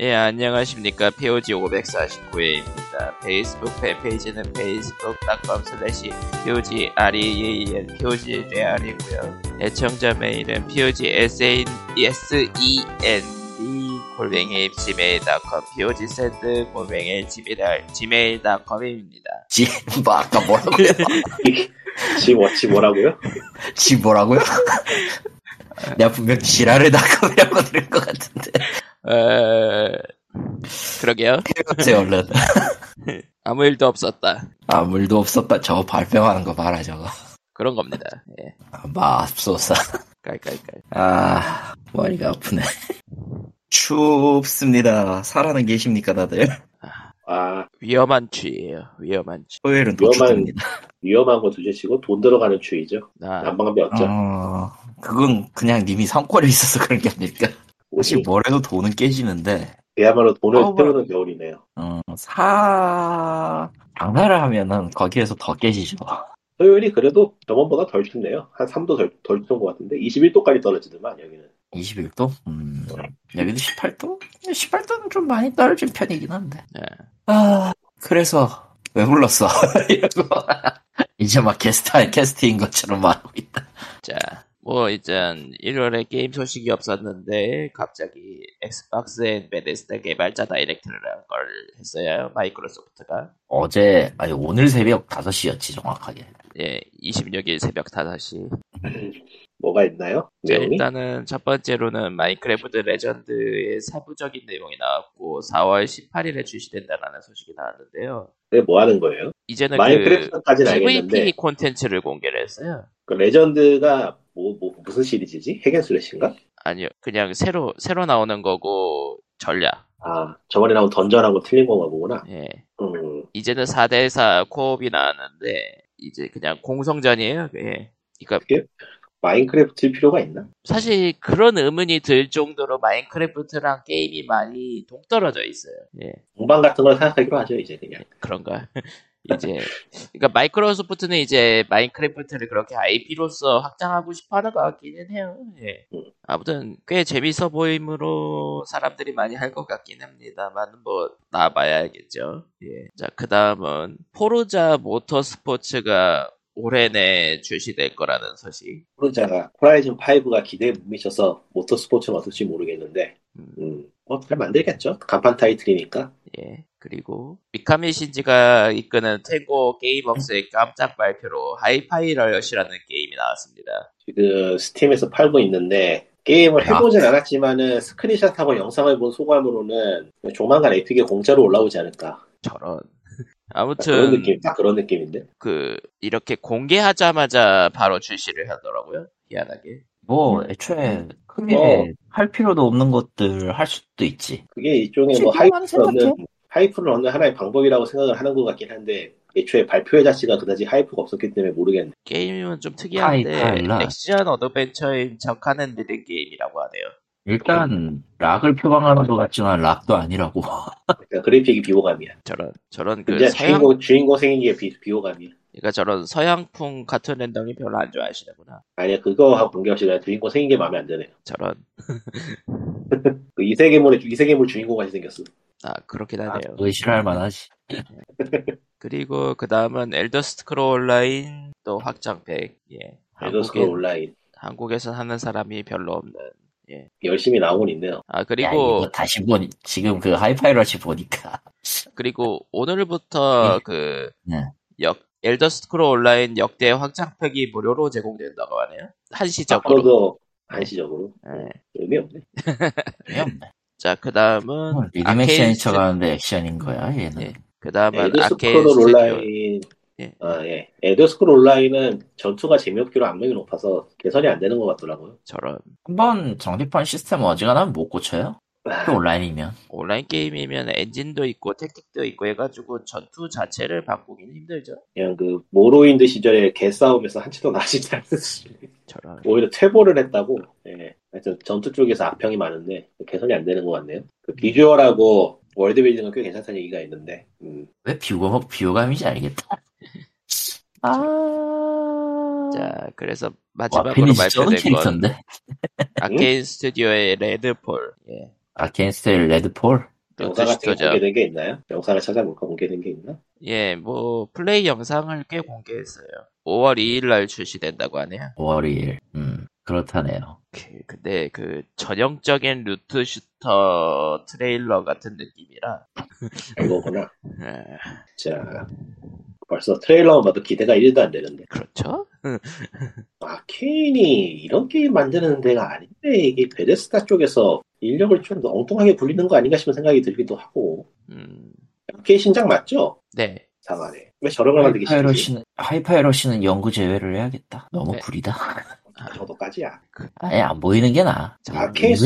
예, 안녕하십니까. POG 549회입니다. 페이스북 팬페이지는 facebook.com slash POG REAL, POG REAL이고요. 애청자 메일은 POG SEND, 골뱅이 gmail.com, POG SEND, 골뱅이 gmail.com입니다. 지, 뭐, 아까 뭐라고요? 지, 뭐, 지 뭐라고요? 지 뭐라고요? 내가 분명 지랄을 낚아이라고 들을 것 같은데. 어, 그러게요. 글쎄, 얼른. 아무 일도 없었다. 아무 일도 없었다. 저거 발뺌하는 거 봐라, 저거. 그런 겁니다. 예, 아, 맙소사. 깔깔깔. 아, 머리가 아프네. 춥습니다. 살아는 계십니까, 다들? 아, 위험한 추위예요. 위험한 추위. 토요일은 위험한, 도출됩니다. 위험한 거 둘째치고 돈 들어가는 추위죠. 나 난방비 없죠. 어, 그건 그냥 님이 성과를 있어서 그런 게 아닐까. 사실 옷이 뭘 해도 돈은 깨지는데, 그야말로 돈을 어, 태우는 겨울이네요. 어, 사, 장사를 하면은 거기에서 더 깨지죠. 토요일이 그래도 저번보다 덜 춥네요. 한 3도 덜, 덜 추운 것 같은데 21도까지 떨어지더만 여기는. 21도? 음, 네. 여기도 18도? 18도는 좀 많이 떨어진 편이긴 한데. 네. 아, 그래서, 왜 불렀어? 이러고. 이제 막 캐스트, 캐스트인 것처럼 말하고 있다. 자, 뭐 일단 1월에 게임 소식이 없었는데 갑자기 엑스박스 앤 베데스다 개발자 다이렉트라는 걸 했어요. 마이크로소프트가 어제, 아니, 오늘 새벽 5시였지, 정확하게. 예, 26일 새벽 5시. 뭐가 있나요? 자, 내용이? 일단은 첫 번째로는 마인크래프트 레전드의 사부적인 내용이 나왔고 4월 18일에 출시된다라는 소식이 나왔는데요. 근데 뭐 하는 거예요? 이제는 그 마인크래프트까지는 PVP 알겠는데 콘텐츠를 공개를 했어요. 그 레전드가 뭐, 뭐 무슨 시리즈지? 핵앤슬래시인가? 아니요, 그냥 새로 새로 나오는 거고 전략. 아 저번에 나온 던전하고 틀린 건가 보구나. 예. 음, 이제는 4대4 코업이 나왔는데 이제 그냥 공성전이에요. 예. 그러니까 마인크래프트일 필요가 있나? 사실 그런 의문이 들 정도로 마인크래프트랑 게임이 많이 동떨어져 있어요. 예. 공방 같은 걸 생각하기로 하죠 이제 그냥. 그런가? 이제 그러니까 마이크로소프트는 이제 마인크래프트를 그렇게 IP로서 확장하고 싶어하는 것 같기는 해요. 예. 아무튼 꽤 재밌어 보이므로 사람들이 많이 할 것 같긴 합니다만 뭐 나봐야겠죠. 예. 자 그다음은 포르자 모터스포츠가 올해 내 출시될 거라는 소식. 포르자가 호라이즌 5가 기대에 못 미쳐서 모터스포츠는 어떨지 모르겠는데 음, 음, 뭐잘 만들겠죠. 간판 타이틀이니까. 예. 그리고 미카미 신지가 이끄는 태고 게임업스의 깜짝 발표로 하이파이 러시라는 게임이 나왔습니다. 지금 그 스팀에서 팔고 있는데 게임을 아. 해보진 않았지만은 스크린샷하고 영상을 본 소감으로는 조만간 에픽에 공짜로 올라오지 않을까. 저런. 딱 그런 아무튼 느낌, 딱 그런 느낌인데. 그 이렇게 공개하자마자 바로 출시를 하더라고요. 희한하게. 뭐, 음. 애초에, 크게 어. 할 필요도 없는 것들 할 수도 있지. 그게 일종의 뭐 실패하는 하이프를 얻는 생각해. 하이프를 얻는 하나의 방법이라고 생각을 하는 것 같긴 한데 애초에 발표회 자체가 그다지 하이프가 없었기 때문에 모르겠네. 게임은 좀 특이한데 하이, 칼라. 액션 어드벤처인 척하는 느린 게임이라고 하네요. 일단, 음. 락을 표방하는 것 같지만, 락도 아니라고. 그러니까 그래픽이 비호감이야. 저런 저런 그 근데 서양 주인공 주인공 생긴 게 비, 호감이야 그러니까 저런 서양풍 카툰 랜덤이 별로 안 좋아하시는구나. 아니야 그거하고 공격시라 주인공 생긴 게 마음에 안 드네요. 저런 그 이세계물의 주- 이세계물 주인공 같이 생겼어. 아 그렇긴 아, 하네요. 의심할 만하지. 그리고 그 다음은 엘더 스크롤 온라인 또 확장팩. 예. 에더스크롤 한국에 온라인 한국에서 하는 사람이 별로 없는. 열심히 나오곤 있네요. 아 야, 그리고 이거 다시 보니, 지금 그 하이파이러시 보니까. 그리고 오늘부터 네. 그 네. 역, 엘더 스크롤 온라인 역대 확장팩이 무료로 제공된다고 하네요. 한시적으로. 앞으로도 한시적으로 네. 의미 없네. 자, 그 다음은 리듬 액션이 쳐가는데 액션인 거야, 얘는. 예. 그 네, 다음은 아케인 에더스크롤 스튜디오. 온라인 예. 아 예. 에더스크롤 온라인은 전투가 재미없기로 악명이 높아서 개선이 안 되는 것 같더라고요. 저런 한번 정립한 시스템 어지간하면 못 고쳐요. 또 온라인이면. 온라인 게임이면 엔진도 있고 택틱도 있고 해가지고 전투 자체를 바꾸긴 힘들죠. 그냥 그 모로인드 시절에 개 싸움에서 한치도 나시지 않았지. 저런. 오히려 퇴보를 했다고. 예. 하여튼 전투 쪽에서 악평이 많은데 개선이 안 되는 것 같네요. 그 비주얼하고 월드 빌딩은 꽤 괜찮다는 얘기가 있는데. 음. 왜 비호감, 비호감인지 알겠다. 아. 자, 그래서 와, 마지막으로 핀이 진짜 발표된 건 캐릭터인데? 아케인 스튜디오의 레드폴. 예. 아케인스텔 레드폴? 영상 같은 게 교정. 공개된 게 있나요? 영상을 찾아볼까 공개된 게 있나? 예, 뭐 플레이 영상을 꽤 공개했어요. 5월 2일 날 출시된다고 하네요. 5월 2일. 음, 그렇다네요. 그- 근데 그 전형적인 루트 슈터 트레일러 같은 느낌이라. 그거구나. 예, 자, 벌써 트레일러만 봐도 기대가 1도 안 되는데. 그렇죠? 아, 케인이 이런 게임 만드는 데가 아닌데, 이게 베데스다 쪽에서 인력을 좀 엉뚱하게 굴리는 거 아닌가 싶은 생각이 들기도 하고. 음, 케인 신작 맞죠? 네. 상안에. 왜 저런 걸 만들기 싫지? 하이파이러시는, 하이파이러시는 연구 제외를 해야겠다. 너무 네. 구리다. 저도까지야. 아예 안 보이는 게 나아. 아케 은근히 또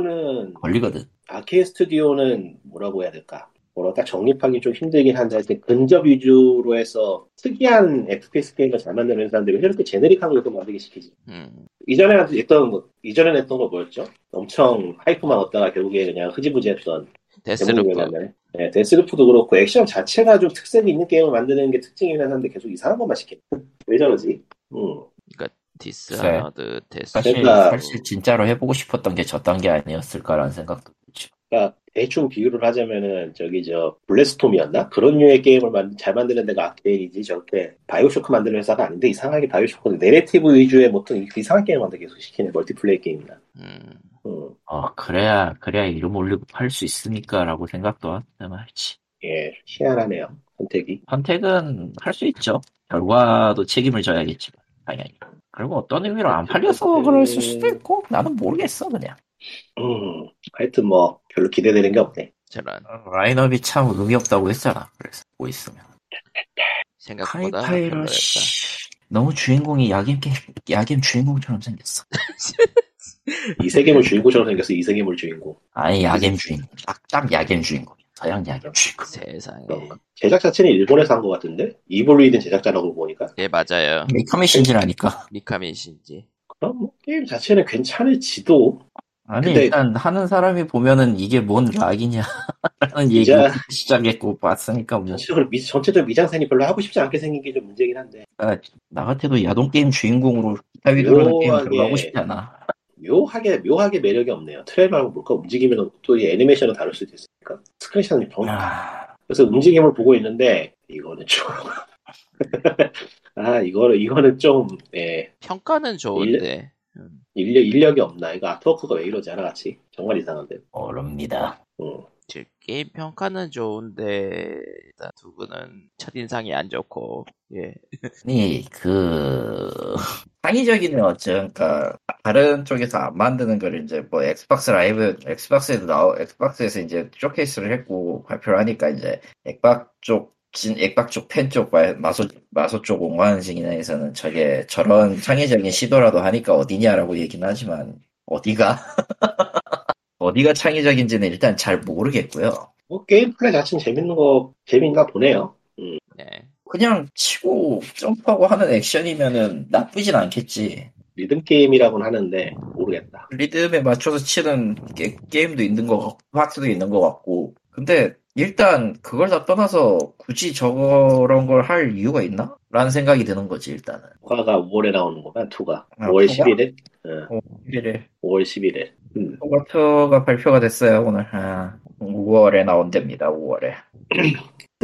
스튜디오는 걸리거든. 아케 스튜디오는 뭐라고 해야 될까? 뭐라 딱 정립하기 좀 힘들긴 한데 하여튼 근접 위주로 해서 특이한 FPS 게임을 잘 만드는 사람들이 이렇게 제네릭한 걸좀 만들기 시키지. 음, 이전에 했던 거- 이전에 했던 거 뭐였죠? 엄청 하이프만 얻다가 결국에 그냥 흐지부지했던 데스루프. 대부분이었나요? 네, 데스루프도 그렇고 액션 자체가 좀 특색이 있는 게임을 만드는 게 특징이긴 한데 계속 이상한 것만 시켜. 왜 저러지? 음, 디스하드 데스. 네. 사실, 제가- 사실 진짜로 해보고 싶었던 게 저 단계 아니었을까라는 생각도 들죠. 그러니까 대충 비유를 하자면은 저기 저 블레스톰이었나 그런 류의 게임을 만, 잘 만드는 데가 아케인이지 저렇게 바이오쇼크 만드는 회사가 아닌데 이상하게 바이오쇼크는 내레티브 위주의 뭐든 이상한 게임 만들기 계속 시키는 멀티플레이 게임이나. 음, 음, 어, 그래야, 그래야 이름 올리고 팔 수 있으니까라고 생각도 한단 말이지. 예, 희한하네요 선택이. 선택은 할 수 있죠. 결과도 책임을 져야겠지만, 당연히. 그리고 어떤 의미로 안 팔려서 그랬을 수도 있고, 나는 모르겠어, 그냥. 음, 하여튼 뭐 별로 기대되는 게 없네. 저런 라인업이 참 의미 없다고 했잖아. 그래서, 뭐 있으면. 생각보다 별로였다. 카이파이러시. 너무 주인공이 야겜, 게- 야겜 주인공처럼 생겼어. 이 세계물 주인공처럼 생겼어 이 세계물 주인공. 아니, 야겜 주인공. 딱, 딱 야겜 주인공. 서양 야겜 주인공. 세상에. 그런가? 어, 제작 자체는 일본에서 한 것 같은데 이블루이든 제작자라고 보니까 예, 맞아요. 메카미 신지라니까. 미카민 신지. 그럼 뭐 게임 자체는 괜찮을지도 아니, 근데- 일단 하는 사람이 보면은 이게 뭔 락이냐. 라는 얘기 진짜- 시작했고, 봤으니까 뭐. 전체적으로 미, 전체적 미장센이 별로 하고 싶지 않게 생긴 게 좀 문제긴 한데 아, 나 같아도 야동 게임 주인공으로 기타 위로 하는 게임 묘하게. 별로 하고 싶지 않아. 묘하게 묘하게 매력이 없네요. 트레일러하고 볼까 움직이면 또이 애니메이션을 다룰 수도 있으니까 스크린샷이 병. 아, 그래서 움직임을 보고 있는데 이거는 좀. 아 이거는 이거는 좀 예, 평가는 좋은데. 음, 인력 인력이 없나 이거 아트워크가 왜 이러지 하나같이 정말 이상한데. 어렵니다. 음. 즉, 게임 평가는 좋은데 일단 두 분은 첫인상이 안 좋고 예 아니, 그, 창의적인 어쨌든, 그러니까, 다른 쪽에서 안 만드는 걸 이제 뭐 엑스박스 라이브, 엑스박스에도 나오, 엑스박스에서 이제 쇼케이스를 했고 발표를 하니까 이제 액박 쪽, 진, 액박 쪽 팬 쪽, 마- 마소, 마소 쪽 옹호하는 진에서는 저게 저런 창의적인 시도라도 하니까 어디냐라고 얘기는 하지만, 어디가? 어디가 창의적인지는 일단 잘 모르겠고요. 뭐 게임 플레이 자체는 재밌는 거 재밌나 보네요. 네. 그냥 치고 점프하고 하는 액션이면은 나쁘진 않겠지. 리듬 게임이라고는 하는데 모르겠다. 리듬에 맞춰서 치는 게, 임도 있는 거 같고, 파트도 있는 거 같고. 근데 일단 그걸 다 떠나서 굳이 저런 걸 할 이유가 있나? 라는 생각이 드는 거지, 일단은. 화가 5월에 나오는 거면 2가 아, 5월 투가? 11일. 응, 1일에 5월 11일. 음. 토가토가 발표가 됐어요, 오늘. 5월에 나온답니다, 5월에.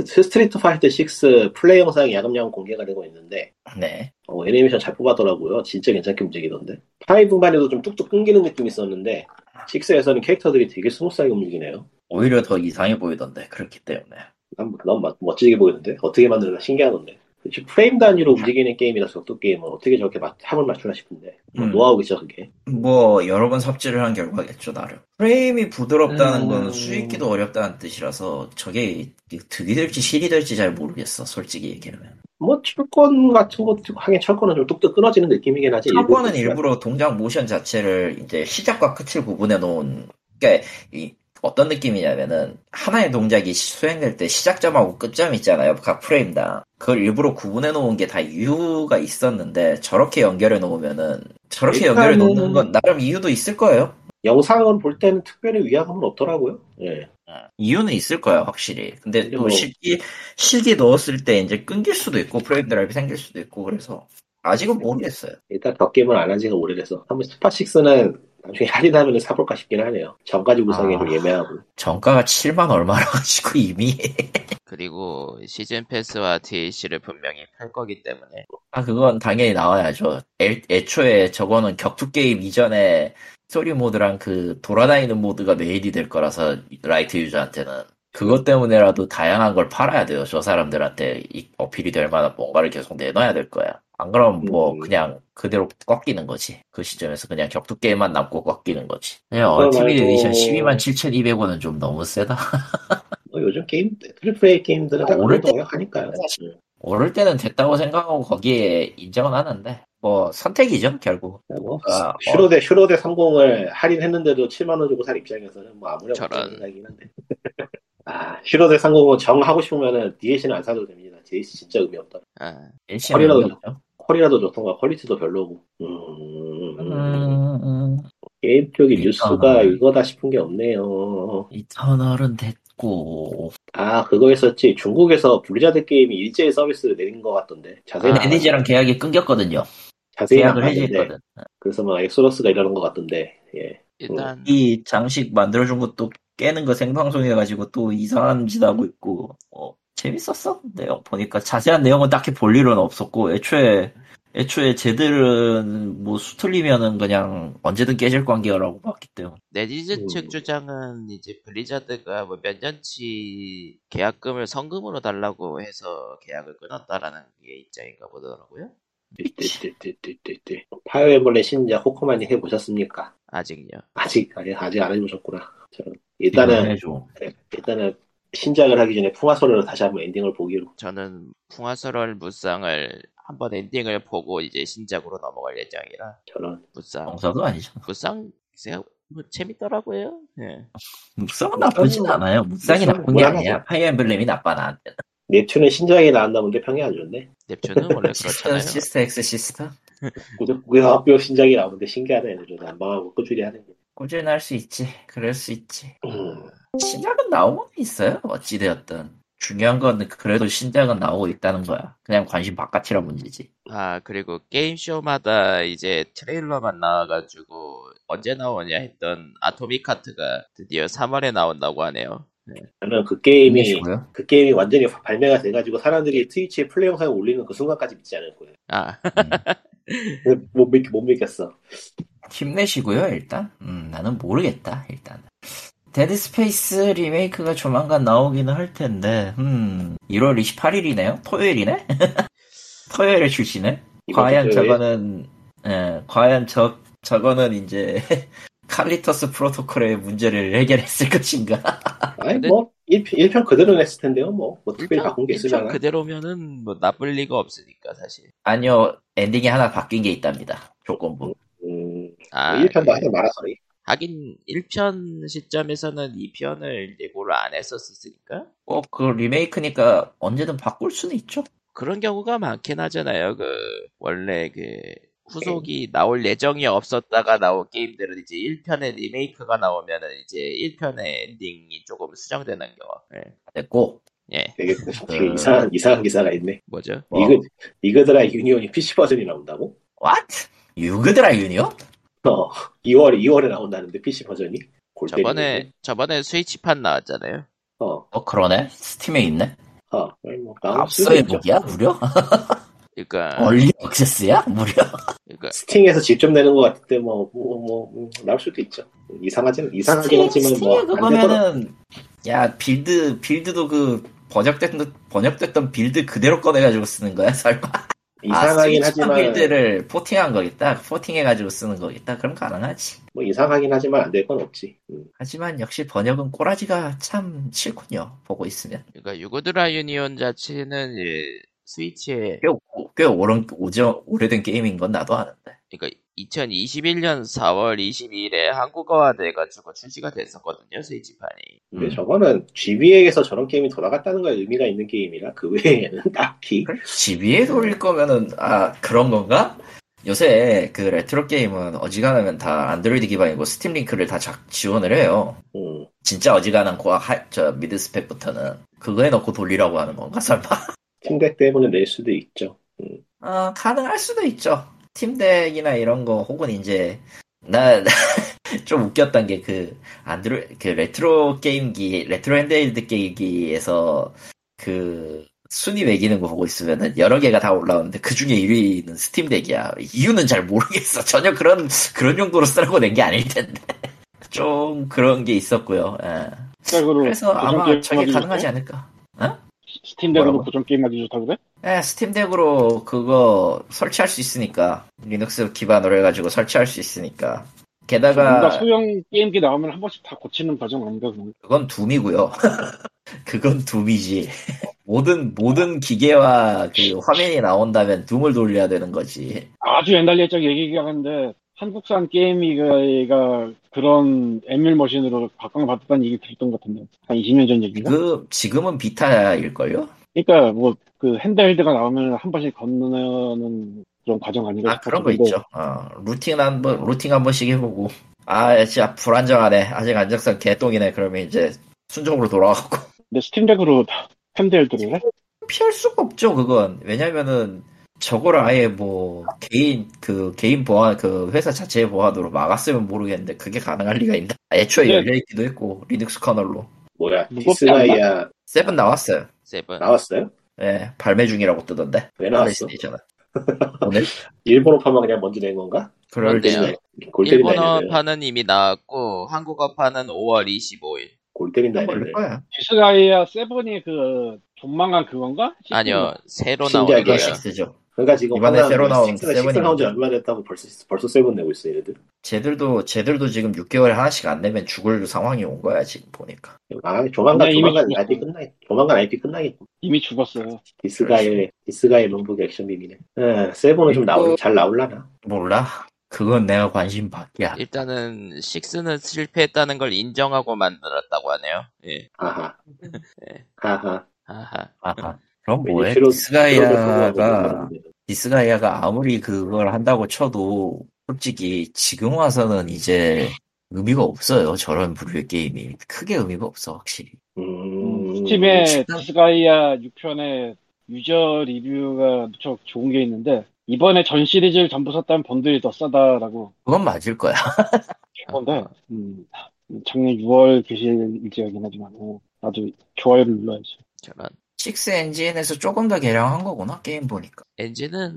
스트리트 파이터 6 플레이 영상이 야금야금 공개가 되고 있는데 네. 어, 애니메이션 잘 뽑았더라고요. 진짜 괜찮게 움직이던데. 5만 해도 좀 뚝뚝 끊기는 느낌이 있었는데 6에서는 캐릭터들이 되게 스무스하게 움직이네요. 오히려 더 이상해 보이던데, 그렇기 때문에. 난, 난 마- 멋지게 보이는데 어떻게 만드나 신기하던데. 그치, 프레임 단위로 움직이는 게임이라서 또 게임은 어떻게 저렇게 막, 합을 맞추나 싶은데 뭐 음. 노하우겠죠 그게. 뭐 여러 번 삽질을 한 결과겠죠 나름 프레임이 부드럽다는 음. 건 수익기도 어렵다는 뜻이라서 저게 득이 될지 실이 될지 잘 모르겠어 솔직히 얘기하면 뭐 철권 같은 것도 하긴 철권은 좀 뚝뚝 끊어지는 느낌이긴 하지. 철권은 일부러 일부러 동작 모션 자체를 이제 시작과 끝을 구분해 놓은 그러니까 이 어떤 느낌이냐면은 하나의 동작이 수행될 때 시작점하고 끝점 있잖아요 각 프레임당 그걸 일부러 구분해 놓은 게 다 이유가 있었는데 저렇게 연결해 놓으면은 저렇게 일단은- 연결해 놓는 건 나름 이유도 있을 거예요 영상을 볼 때는 특별히 위화감은 없더라고요. 예. 이유는 있을 거야 확실히. 근데 또 뭐- 실기 실기 넣었을 때 이제 끊길 수도 있고 프레임 드라이브 생길 그렇죠. 수도 있고 그래서 아직은 모르겠어요. 일단 더 게임을 안 한 지가 오래돼서. 한번 스파6는 나중에 할인하면 사볼까 싶긴 하네요. 정가지 구성이 아. 좀 예매하고. 정가가 7만 얼마라 가지고 이미 그리고 시즌 패스와 DLC를 분명히 팔 거기 때문에 아 그건 당연히 나와야죠. 애, 애초에 저거는 격투 게임 이전에 스토리 모드랑 그 돌아다니는 모드가 메인이 될 거라서 라이트 유저한테는 그것 때문에라도 다양한 걸 팔아야 돼요. 저 사람들한테 이- 어필이 될 만한 뭔가를 계속 내놔야 될 거야. 안 그러면 뭐 음. 그냥 그대로 꺾이는 거지. 그 시점에서 그냥 격투 게임만 남고 꺾이는 거지. 그냥 그거 얼티밋 말고- 에디션 12만 7,200원은 좀 너무 세다. 뭐 요즘 게임, 트리플 A 게임들은 다 오를 그런 때- 동향 하니까요. 네. 사실. 오를 때는 됐다고 생각하고 거기에 인정은 하는데 뭐 선택이죠 결국. 뭐, 아, 어. 슈로데, 슈로데 30을 할인했는데도 7만원 주고 살 입장에서는 뭐 아무래도 저런. 그런 생각이긴 한데. 아, 슈로데 30은 정하고 싶으면은 DLC는 안 사도 됩니다. DLC 진짜 의미 없다. 아, 일시는 허리라도 의미 없죠. 퀄이라도 좋던가 퀄리티도 별로고. 음, 음, 그러니까. 게임 쪽의 뉴스가 일단은. 이거다 싶은 게 없네요. 이터널은 됐고 아, 그거 했었지. 중국에서 블리자드 게임이 일제히 서비스를 내린 것 같던데. 자세히 아. 안 봤- NDG랑 계약이 끊겼거든요. 자세히 안 계약을 봤는데. 해지했거든. 그래서 막 엑소러스가 이러는 것 같던데. 예. 일단 이 장식 만들어준 것도 깨는 거 생방송해가지고 또 이상한 짓 하고 있고 어, 재밌었어 내용 보니까 자세한 내용은 딱히 볼 일은 없었고 애초에 애초에 쟤들은 뭐 수틀리면은 그냥 언제든 깨질 관계라고 봤기 때문에 네티즌 음. 측 주장은 이제 블리자드가 뭐 몇 년치 계약금을 성금으로 달라고 해서 계약을 끊었다라는 게 입장인가 보더라고요. 네, 띠띠띠띠띠띠. 파이어 엠블렘 신작 호코만이 해보셨습니까? 아직요. 아직, 아직, 아직 안 해보셨구나. 저는. 일단은, 해줘. 일단은 신작을 하기 전에 풍화소리로 다시 한번 엔딩을 보기로. 저는 풍화설월 무쌍을 한번 엔딩을 보고 이제 신작으로 넘어갈 예정이라 저는. 무쌍 정서도 아니죠. 무쌍 생각 뭐 재밌더라고요. 예. 묵상은 나쁘진 묵상은- 않아요. 묵상이 묵상은 나쁜 게 무난하죠. 아니야. 파이어 엠블렘이 나빠 나한테. 넵튠의 신작이 나왔나본데 평이 안 좋네. 넵튠은 원래 시스터 그렇잖아요. 시스터 엑스 시스터 구역구역 신작이 나오는데 신기하다 애들은 난방하고 꾸준히 하는 게. 꾸준히 할 수 있지. 그럴 수 있지. 음, 신작은 나오고 있어요. 어찌되었든. 중요한 건 그래도 신작은 나오고 있다는 거야. 그냥 관심 바깥이라 문제지. 아 그리고 게임 쇼마다 이제 트레일러만 나와가지고 언제 나오냐 했던 아토믹 하트가 드디어 3월에 나온다고 하네요. 저는 그 게임이 힘내시고요. 그 게임이 완전히 발매가 돼가지고 사람들이 트위치에 플레이 영상을 올리는 그 순간까지 믿지 않을 거예요. 아 음. 못, 믿, 못 믿겠어. 힘내시고요, 일단. 음, 나는 모르겠다, 일단. 데드 스페이스 리메이크가 조만간 나오기는 할 텐데, 음, 1월 28일이네요? 토요일이네? 토요일에 출시네? 이번 과연 주 토요일. 저거는, 예, 과연 저, 저거는 이제, 칼리터스 프로토콜의 문제를 해결했을 것인가? 아니 근데- 뭐 일, 일편 그대로 냈을 텐데요. 뭐, 뭐 특별히 일단 바꾼 게 일단 있으려나? 그대로면은 뭐 나쁠 리가 없으니까 사실. 아니요, 엔딩이 하나 바뀐 게 있답니다. 조건부. 음, 아 일편도 그- 하지 말아서리. 하긴 1편 시점에서는 2편을 예고를 안 했었으니까 어, 그 리메이크니까 언제든 바꿀 수는 있죠. 그런 경우가 많긴 하잖아요. 그 원래 그 네. 후속이 나올 예정이 없었다가 나온 게임들은 이제 1편의 리메이크가 나오면은 이제 1편의 엔딩이 조금 수정되는 경우. 예. 됐고, 예. 되게 그- 되게 이상한 이상한 기사가 있네. 뭐죠? 뭐? 이거 이거들아 유니온이 PC 버전이 나온다고? What? 유그드라 유니온? 어, 2월 2월에 나온다는데 PC 버전이? 골 때리는데. 저번에 저번에 스위치판 나왔잖아요. 어, 어, 그러네. 스팀에 있네. 어, 뭐 나올 수도 앞서의 있죠. 네. 무기야? 무려? 그러니까 아, 예. 얼리 액세스야? 무려? 그러니까 스팅에서 직접 내는 것 같을 때 뭐, 뭐, 뭐, 음, 나올 수도 있죠. 이상하진, 이상하긴 하지만 스팀에 뭐, 안 되더라. 그거면은, 야, 빌드, 빌드도 그, 번역됐던, 번역됐던 빌드 그대로 꺼내가지고 쓰는 거야, 설마? 이상하긴 아, 스팀 하지만, 빌드를 포팅한 거겠다? 포팅해가지고 쓰는 거겠다? 그럼 가능하지. 뭐, 이상하긴 하지만 안 될 건 없지. 음. 하지만 역시 번역은 꼬라지가 참 싫군요. 보고 있으면. 그러니까 유고드라 유니온 자체는 이제 스위치에 꽤, 오- 꽤 오랜, 오저, 오래된 게임인 건 나도 아는데. 그러니까 2021년 4월 22일에 한국어화 돼가지고 출시가 됐었거든요 스위치판이. 근데 음. 저거는 GBA에서 저런 게임이 돌아갔다는 거에 의미가 있는 게임이라, 그 외에는 딱히. 집에 돌릴 거면은, 아, 그런 건가? 요새 그 레트로 게임은 어지간하면 다 안드로이드 기반이고 스팀 링크를 다 자- 지원을 해요. 음. 진짜 어지간한 고학, 하- 저, 미드 스펙부터는. 그거에 넣고 돌리라고 하는 건가, 설마? 팀덱 때문에 낼 수도 있죠. 음. 어, 가능할 수도 있죠. 팀덱이나 이런 거, 혹은 이제, 나, 좀 웃겼던 게 그 안드로 그 레트로 게임기 레트로 핸드헬드 게임기에서 그 순위 매기는 거 보고 있으면은 여러 개가 다 올라오는데 그 중에 1위는 스팀 덱이야. 이유는 잘 모르겠어. 전혀 그런 그런 용도로 쓰라고 낸 게 아닐 텐데 좀 그런 게 있었고요. 예. 스팀덱으로 그래서 아마 저게 가능하지 않을까. 스팀덱으로 뭐라고? 고정 게임 하기 좋다 그래? 예, 스팀 덱으로 그거 설치할 수 있으니까 리눅스 기반으로 해가지고 설치할 수 있으니까 뭔가 게다가 소형 게임기 나오면 한 번씩 다 고치는 버전 아닌가 그런 그건 둠이고요. 그건 둠이지. 모든 모든 기계와 그 화면이 나온다면 둠을 돌려야 되는 거지. 아주 옛날 옛적 얘기가 하는데 한국산 게임이가 그런 에뮬 머신으로 각광받았다는 얘기 들었던 것 같은데 한 20년 전 얘기가 그 지금은 비타일 걸요? 그러니까 뭐 그 핸드헬드가 나오면 한 번씩 건너는 그런 과정 아닌가 아 그런 거 싶었는데 있죠. 어, 루팅 한번 루팅 한 번씩 해보고. 아 진짜 불안정하네. 아직 안정성 개똥이네. 그러면 이제 순정으로 돌아가고. 근데 스팀덱으로 다 핸드헬드를 해? 음. 피할 수가 없죠, 그건. 왜냐면은, 저걸 아예 뭐, 개인, 그, 개인 보안, 그, 회사 자체의 보안으로 막았으면 모르겠는데, 그게 가능할 리가 있나? 애초에 네. 열려있기도 했고, 리눅스 커널로. 뭐야 무겁지 디스나이아 세븐 나왔어요. 세븐. 나왔어요? 예, 발매 중이라고 뜨던데. 왜 나왔어? 플레이스테이션은. 오늘? 일본어파만 그냥 먼저 낸 건가? 그럴 그런데요. 네. 때, 골 때린다 얘네는 일본어판은 이미 나왔고 한국어판은 5월 25일. 골 때린다 걸릴 얘네는 거야. 디스가이아 세븐이 그 존망한 그건가? 아니요 새로 나온 신작이에요. 거예요. 이게 식스죠. 그러니까 지금 이번에 혼란- 새로 나온 식스- 식스 세븐이 나온 지 먼저. 얼마 됐다고 벌써 벌써 세븐 내고 있어 얘네들 쟤들도, 쟤들도 지금 6개월에 하나씩 안 내면 죽을 상황이 온 거야, 지금 보니까. 아 조만간 근데 이미 조만간 죽었어. IP 끝나 조만간 IP 끝나겠 이미 죽었어요 디스가의 디스가의 명북 액션 빔이네 예, 세븐은 좀 나올 잘 나올라나 몰라. 그건 내가 관심 밖이야. 일단은 식스는 실패했다는 걸 인정하고 만들었다고 하네요. 예. 아하 예. 아하 아하. 아하. 그럼 왠지 뭐해? 피로- 피로를 소모하고 디스가이아가 그런 건데. 디스가이아가 아무리 그걸 한다고 쳐도 솔직히 지금 와서는 이제 의미가 없어요. 저런 부류의 게임이 크게 의미가 없어 확실히. 음, 스팀에 진짜? 디스가이아 6편에 유저 리뷰가 무척 좋은 게 있는데 이번에 전 시리즈를 전부 샀다면 번들이 더 싸다라고 그건 맞을 거야. 건데 어, 음, 작년 6월 게시일 일지하긴 하지만 어, 나도 좋아요를 눌러야지 저런 식스 엔진에서 조금 더 개량한 거구나 게임 보니까. 엔진은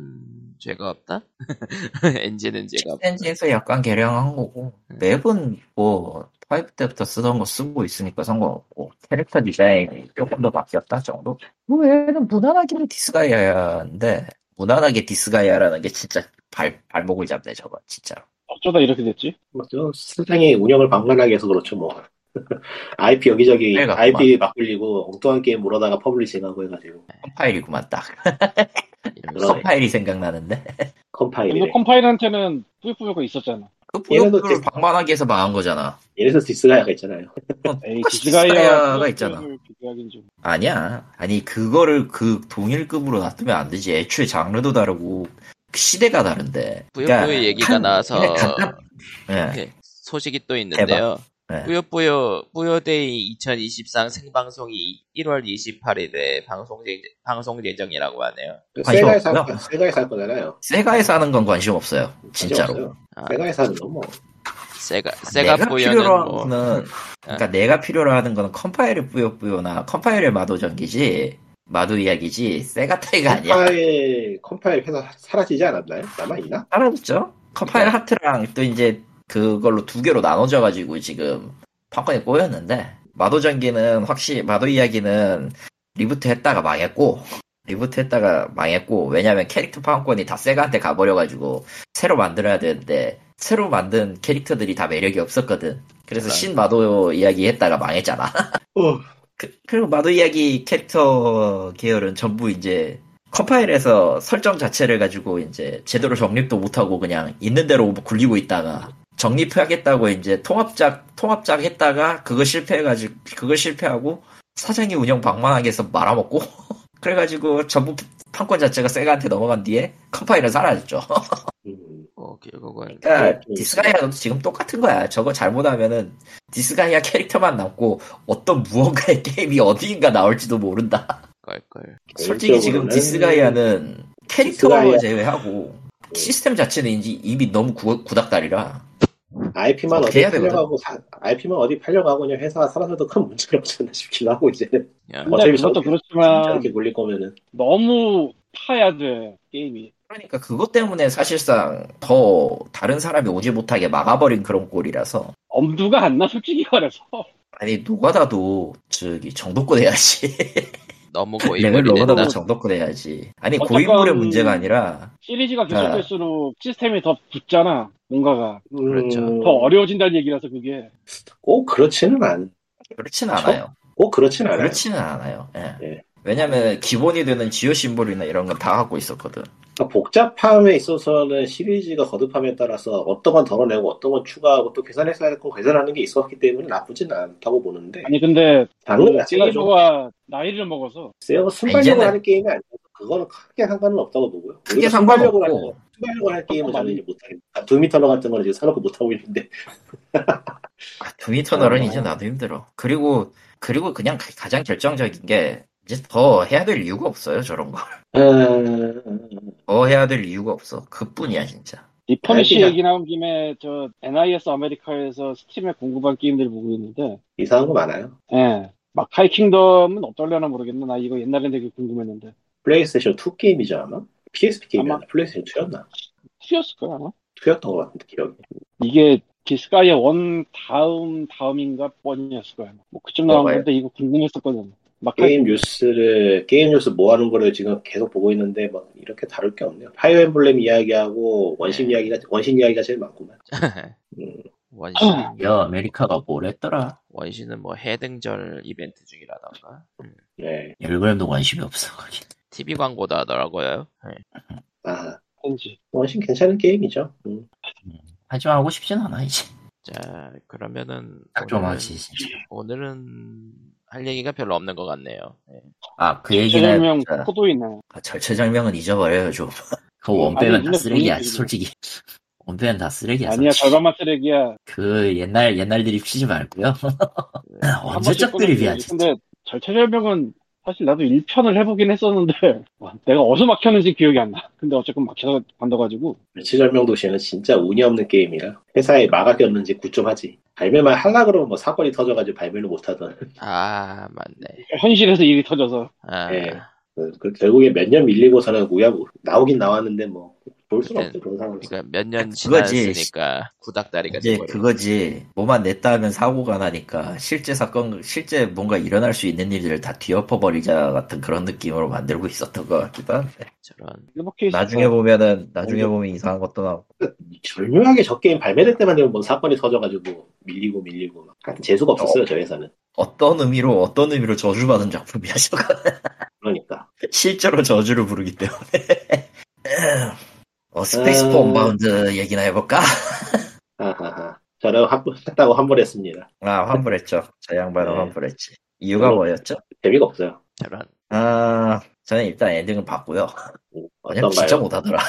죄가 없다. 엔진은 죄가 없다. 엔진에서 약간 개량한 거고 맵은 뭐 파이브 때부터 쓰던 거 쓰고 있으니까 상관없고 캐릭터 디자인이 조금 더 바뀌었다 정도? 그 외에는 무난하기는 디스가이아인데 무난하게 디스가이아라는 게 진짜 발, 발목을 잡네 저거 진짜로 어쩌다 이렇게 됐지? 뭐죠 세상의 운영을 방관하게 해서 그렇죠 뭐 IP 여기저기 네, 맞구만. IP 막 굴리고 엉뚱한 게임 몰아다가 퍼블리싱하고 해가지고 컴파일이구만 딱 이러면서 그러네. 컴파일이 생각나는데 근데 컴파일이래 컴파일한테는 뿌요뿌요가 있었잖아 그 얘네도 부역을 디스- 방만하게 해서 망한 거잖아 이래서 디스가야가 있잖아요 에이 디스가이아가 디스가이아와 있잖아. 뿌요뿌요를 비교하긴 좀 아니야 아니 그거를 그 동일급으로 놔두면 안 되지 애초에 장르도 다르고 시대가 다른데 뿌요뿌요 얘기가 칸- 나와서 그냥 간단- 예. 예, 소식이 또 있는데요. 네. 뿌요뿌요 뿌요데이 2023 생방송이 1월 28일에 방송 제- 방송 예정이라고 하네요. 세가에서 아, 없고요. 할 거- 세가에서 할 거잖아요 세가에서 하는 건 관심 없어요. 관심 진짜로. 없어요. 아, 세가에서 하는 거뭐 세가 세가 내가 뿌요는 필요로 뭐 하는 거는, 그러니까 내가 필요로 하는 거는 컴파일의 뿌요뿌요나 컴파일의 마도 전기지, 마도 이야기지, 세가 타이가 아니야. 컴파일 컴파일 회사 사라지지 않았나요? 남아 있나? 사라졌죠? 컴파일 그러니까. 하트랑 또 이제 그걸로 두 개로 나눠져가지고 지금 판권이 꼬였는데, 마도 전기는 확실히, 마도 이야기는 리부트 했다가 망했고, 리부트 했다가 망했고, 왜냐면 캐릭터 판권이 다 세가한테 가버려가지고, 새로 만들어야 되는데, 새로 만든 캐릭터들이 다 매력이 없었거든. 그래서 그러니까. 신 마도 이야기 했다가 망했잖아. 어. 그, 그리고 마도 이야기 캐릭터 계열은 전부 이제 컴파일에서 설정 자체를 가지고 이제 제대로 정립도 못하고 그냥 있는 대로 굴리고 있다가 정립하겠다고 이제 통합작 통합작 했다가 그거 실패해가지고 그거 실패하고 사장이 운영 방만하게 해서 말아먹고 그래가지고 전부 판권 자체가 세가한테 넘어간 뒤에 컴파일은 사라졌죠. 음. 뭐 결국은 그러니까 음. 디스가이아도 지금 똑같은 거야. 저거 잘못하면은 디스가이아 캐릭터만 남고 어떤 무언가의 게임이 어디인가 나올지도 모른다. 걸걸. 네, 솔직히 지금 개인적으로는 디스가이아는 캐릭터 디스가이아. 제외하고 시스템 자체는 이제 이미 너무 구, 구닥다리라 IP만 어떻게 어디 해야 뭐 되거든? 팔려가고 사- IP만 어디 팔려가고 그냥 회사가 사라져도 큰 문제가 없지 않나 싶기도 하고 이제는 야, 근데 뭐, 어차피 그것도 저렇게- 그렇지만 저렇게 굴릴 거면은 너무 파야 돼 게임이. 그러니까 그것 때문에 사실상 더 다른 사람이 오지 못하게 막아버린 그런 꼴이라서 엄두가 안 나 솔직히 말해서. 아니 노가다도 저기 정도권 해야지 너무 레벨 뭐 고인물이 노가다도 된다. 정도권 해야지 아니 어쨌건- 고인물의 문제가 아니라 시리즈가 아. 계속될수록 시스템이 더 붙잖아. 뭔가가 음, 그렇죠. 더 어려워진다는 얘기라서 그게 꼭 그렇지는 안. 그렇진 그쵸? 않아요 꼭 그렇지는 않아요. 그렇지는 않아요 예. 예. 왜냐면 기본이 되는 지오 심볼이나 이런 건 다 갖고 있었거든 그러니까 복잡함에 있어서는 시리즈가 거듭함에 따라서 어떤 건 덜어내고 어떤 건 추가하고 또 계산해서 해야 될건 계산하는 게 있었기 때문에 나쁘진 않다고 보는데 아니 근데 음, 장르 자체가 좀 세이버가 나이를 먹어서 세어 순발력을 이제는- 하는 게임이 아니어서 그거는 크게 상관은 없다고 보고요. 크게 오히려 순발력을 상관없고. 할- 순발력을 할 게임은 저는 이제 못하겠다. 아, 두미터너 같은 거는 지금 사놓고 못하고 있는데 아, 두미터널은 어. 이제 나도 힘들어 그리고 그리고 그냥 가- 가장 결정적인 게 이제 더 해야 될 이유가 없어요 저런 아, 거더 해야 될 이유가 없어 그뿐이야 진짜 리퍼니시 알겠다. 얘기 나온 김에 저 NIS 아메리카에서 스팀에 공급한 게임들 보고 있는데 이상한 거 많아요. 예. 마카이 킹덤은 어떨려나 모르겠네. 나 이거 옛날에 되게 궁금했는데. 플레이스테이션 2 게임이죠 아마? PSP 게임이 아마- 아니라 플레이스테이션 2였나? 튀었을 거야, 아마? 2였던 것 같은데 기억이. 이게 디스카이의 원 다음, 다음인가 뻔이었을 거야. 아마. 뭐 그쯤 나온 뭐가요? 건데 이거 궁금했었거든. 마카이 게임 뉴스를 게임 뉴스 뭐 하는 거를 지금 계속 보고 있는데 막 이렇게 다룰 게 없네요. 파이어 엠블렘 이야기하고 원신 이야기가 원신 이야기가 제일 많구만. 음, 뭐 원신, 야, 아메리카가 뭘 했더라? 원신은 뭐 해등절 이벤트 중이라던가. 음, 네. 열그램도 관심이 없어, 거기. TV 광고도 하더라고요. 네. 아 팬지. 원신 괜찮은 게임이죠. 음. 하지만 하고 싶진 않아, 이제. 자, 그러면은. 오늘은- 딱좀하지 진짜. 오늘은 할 얘기가 별로 없는 것 같네요. 네. 아, 그 최절명 얘기는 자, 코도 있나요? 아, 절체절명은 잊어버려요, 좀. 그 원패는 아니, 다 근데 쓰레기야, 본인들이- 솔직히. 원패는 다 쓰레기야, 아니야, 솔직히. 절반만 쓰레기야. 그 옛날, 옛날 드립 치지 말고요. 네. 어, 언제적 들 드립이야, 진짜. 근데 절체절명은 사실 나도 1편을 해보긴 했었는데 와, 내가 어디서 막혔는지 기억이 안 나. 근데 어쨌건 막혀서 간다가지고 치절명 도시는 진짜 운이 없는 게임이라 회사에 마각이 없는지 구점하지. 발매만 하려 그러면 뭐 사건이 터져가지고 발매를 못하던. 아, 맞네. 현실에서 일이 터져서 아, 네. 그, 그 결국에 몇 년 밀리고서는 우야 나오긴 나왔는데 뭐 볼 수는 없죠 그런 상황에서. 그러니까 몇 년 그거지. 지났으니까 구닥다리가 이제 돼버린 그거지. 뭐만 냈다 하면 사고가 나니까 실제 사건, 실제 뭔가 일어날 수 있는 일들을 다 뒤엎어버리자 같은 그런 느낌으로 만들고 있었던 것 같기도 한데. 저런. 일본 케이스 나중에 보면은, 나중에 뭐 보면 이상한 것도 나오고. 절묘하게 저 게임 발매될 때만 되면 뭐 사건이 터져가지고 뭐 밀리고 밀리고 막. 하여튼 재수가 없었어요 저 회사는. 어떤 의미로, 어떤 의미로 저주받은 작품이야, 저거. 그러니까. 실제로 저주를 부르기 때문에. 어, 스페이스 포 음. 언바운드 얘기나 해볼까? 아하하. 저는 환불했다고 환불했습니다. 아, 환불했죠. 저 양반은 네. 환불했지. 이유가 음. 뭐였죠? 재미가 없어요. 저런. 아, 저는 일단 엔딩은 봤고요. 그냥 진짜 음, 뭐- 어떤가요? 못하더라.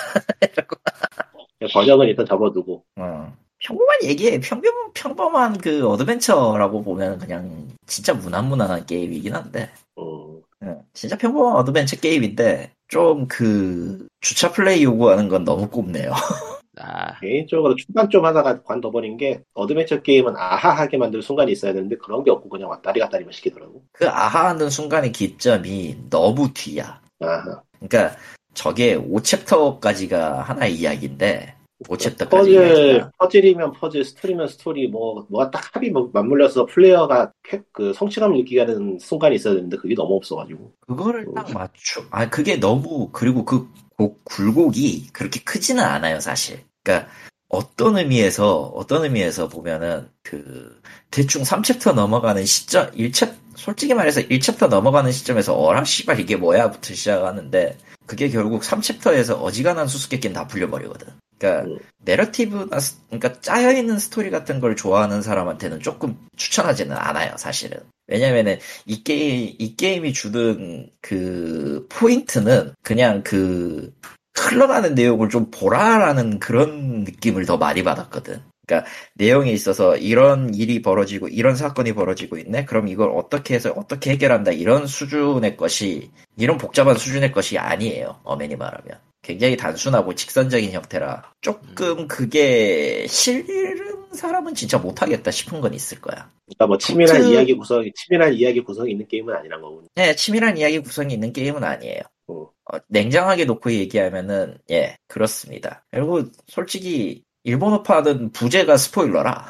번역은 일단 접어두고. 어. 평범한 얘기에 평범 평범한 그 어드벤처라고 보면 그냥 진짜 무난무난한 게임이긴 한데, 음, 예, 진짜 평범한 어드벤처 게임인데 좀 그 주차 플레이 요구하는 건 너무 꼽네요. 아, 개인적으로 초반 좀 하다가 관둬버린 게 어드벤처 게임은 아하하게 만들 순간이 있어야 되는데 그런 게 없고 그냥 왔다리 갔다리만 시키더라고. 그 아하하는 순간의 기점이 너무 뒤야. 아하. 그러니까 저게 5챕터까지가 하나의 이야기인데 그 5챕터까지 퍼즐, 퍼즐이면 퍼즐, 스토리면 스토리, 뭐, 뭐가 딱 합이 뭐- 맞물려서 플레이어가 쾌- 그 성취감을 느끼게 하는 순간이 있어야 되는데 그게 너무 없어가지고. 그거를 딱 맞추, 아, 그게 너무, 그리고 그 곡- 굴곡이 그렇게 크지는 않아요, 사실. 그러니까 어떤 의미에서, 어떤 의미에서 보면은 그, 대충 3챕터 넘어가는 시점, 1챕, 솔직히 말해서 1챕터 넘어가는 시점에서 어라, 씨발, 이게 뭐야? 부터 시작하는데 그게 결국 3챕터에서 어지간한 수수께끼는 다 풀려버리거든. 그러니까 음. 내러티브나 스- 그러니까 짜여 있는 스토리 같은 걸 좋아하는 사람한테는 조금 추천하지는 않아요, 사실은. 왜냐면은 이 게임, 이 게임이 주는 그 포인트는 그냥 그 흘러가는 내용을 좀 보라라는 그런 느낌을 더 많이 받았거든. 그러니까 내용에 있어서 이런 일이 벌어지고 이런 사건이 벌어지고 있네. 그럼 이걸 어떻게 해서 어떻게 해결한다. 이런 수준의 것이 이런 복잡한 수준의 것이 아니에요. 엄연히 말하면 굉장히 단순하고 직선적인 형태라 조금 그게 실은 사람은 진짜 못하겠다 싶은 건 있을 거야. 그러니까 뭐 치밀한 그- 이야기 구성이 치밀한 이야기 구성이 있는 게임은 아니란 거군요. 네, 치밀한 이야기 구성이 있는 게임은 아니에요. 어. 어, 냉정하게 놓고 얘기하면은 예 그렇습니다. 그리고 솔직히 일본어파는 부제가 스포일러라.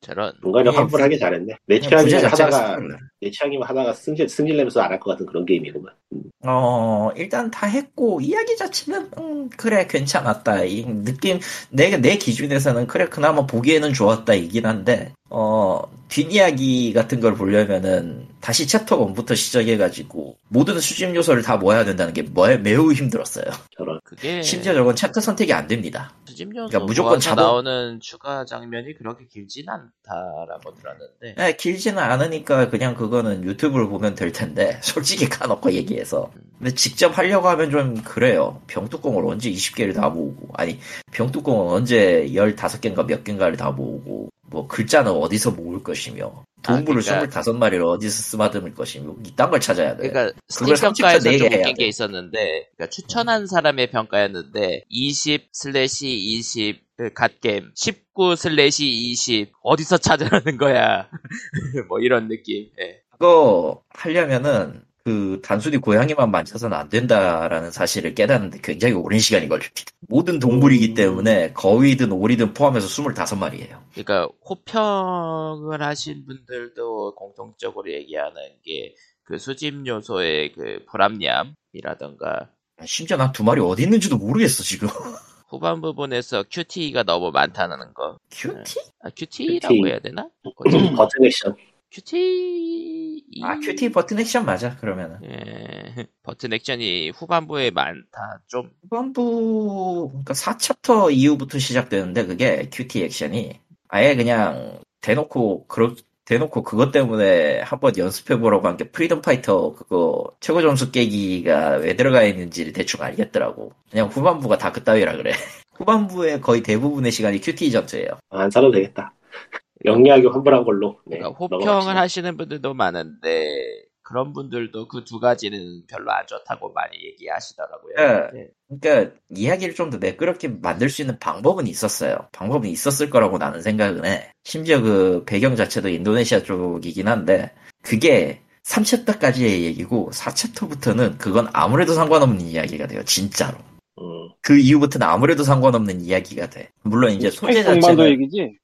저런 중간에 예. 환불하기 잘했네. 내 부제 취향이면 자체가 음. 하다가 스포일러. 내 취향이면 하다가 승질 승질내면서 안 할 것 같은 그런 게임이구만. 음. 어 일단 다 했고 이야기 자체는 음, 그래 괜찮았다 이 느낌 내가 내 기준에서는 그래 그나마 보기에는 좋았다 이긴 한데 어 뒷이야기 같은 걸 보려면은 다시 챕터 1부터 시작해가지고 모든 수집 요소를 다 모아야 된다는 게 뭐- 매우 힘들었어요. 저런. 그게 심지어 저건 챕터 선택이 안 됩니다. 수집 요소 그러니까 무조건 무조건 자동- 나오는 추가 장면이 그렇게 길진 않다라고 들었는데 네, 길지는 않으니까 그냥 그거는 유튜브를 보면 될 텐데 솔직히 까놓고 얘기해서 근데 직접 하려고 하면 좀 그래요 병뚜껑을 언제 20개를 다 모으고 아니 병뚜껑은 언제 15개인가 몇 개인가를 다 모으고 뭐 글자는 어디서 모을 것이며 동물을 아, 그러니까- 25마리를 어디서 쓰다듬을 것이며 이딴 걸 찾아야 돼 그러니까 스팀 네. 그걸 평가에서 좀 삼십 점 내게 해야 웃긴 돼. 게 있었는데 그러니까 추천한 사람의 평가였는데 20 슬래시 20 갓겜 19 슬래시 20 어디서 찾으라는 거야 뭐 이런 느낌 예. 그거 하려면은 그 단순히 고양이만 만져서는 안 된다라는 사실을 깨닫는데 굉장히 오랜 시간이 걸립니다 모든 동물이기 때문에 거위든 오리든 포함해서 25마리예요 그러니까 호평을 하신 분들도 공통적으로 얘기하는 게 그 수집 요소의 그 불합리함이라던가 심지어 난 두 마리 어디 있는지도 모르겠어 지금 후반 부분에서 QTE가 너무 많다는 거. 큐티? 아, QTE라고 QTE. 해야 되나? 거짓말. 버튼 액션. QTE. 아 큐티 버튼 액션 맞아 그러면은 예, 버튼 액션이 후반부에 많다. 좀 후반부 그러니까 4챕터 이후부터 시작되는데 그게 큐티 액션이 아예 그냥 대놓고 그러, 대놓고 그것 때문에 한번 연습해보라고 한 게 프리덤 파이터 그거 최고 점수 깨기가 왜 들어가 있는지를 대충 알겠더라고 그냥 후반부가 다 그따위라 그래 후반부의 거의 대부분의 시간이 큐티 전투예요 아, 안 사도 되겠다. 영리하게 환불한 걸로. 네, 그러니까 넘어갑시다. 호평을 하시는 분들도 많은데 그런 분들도 그 두 가지는 별로 안 좋다고 많이 얘기하시더라고요. 예. 예. 그러니까 이야기를 좀 더 매끄럽게 만들 수 있는 방법은 있었어요. 방법은 있었을 거라고 나는 생각은 해. 심지어 그 배경 자체도 인도네시아 쪽이긴 한데 그게 3챕터까지의 얘기고 4챕터부터는 그건 아무래도 상관없는 이야기가 돼요. 진짜로. 음, 그 이후부터는 아무래도 상관없는 이야기가 돼. 물론 이제 소재 스페이스 언바운드 자체는 얘기지?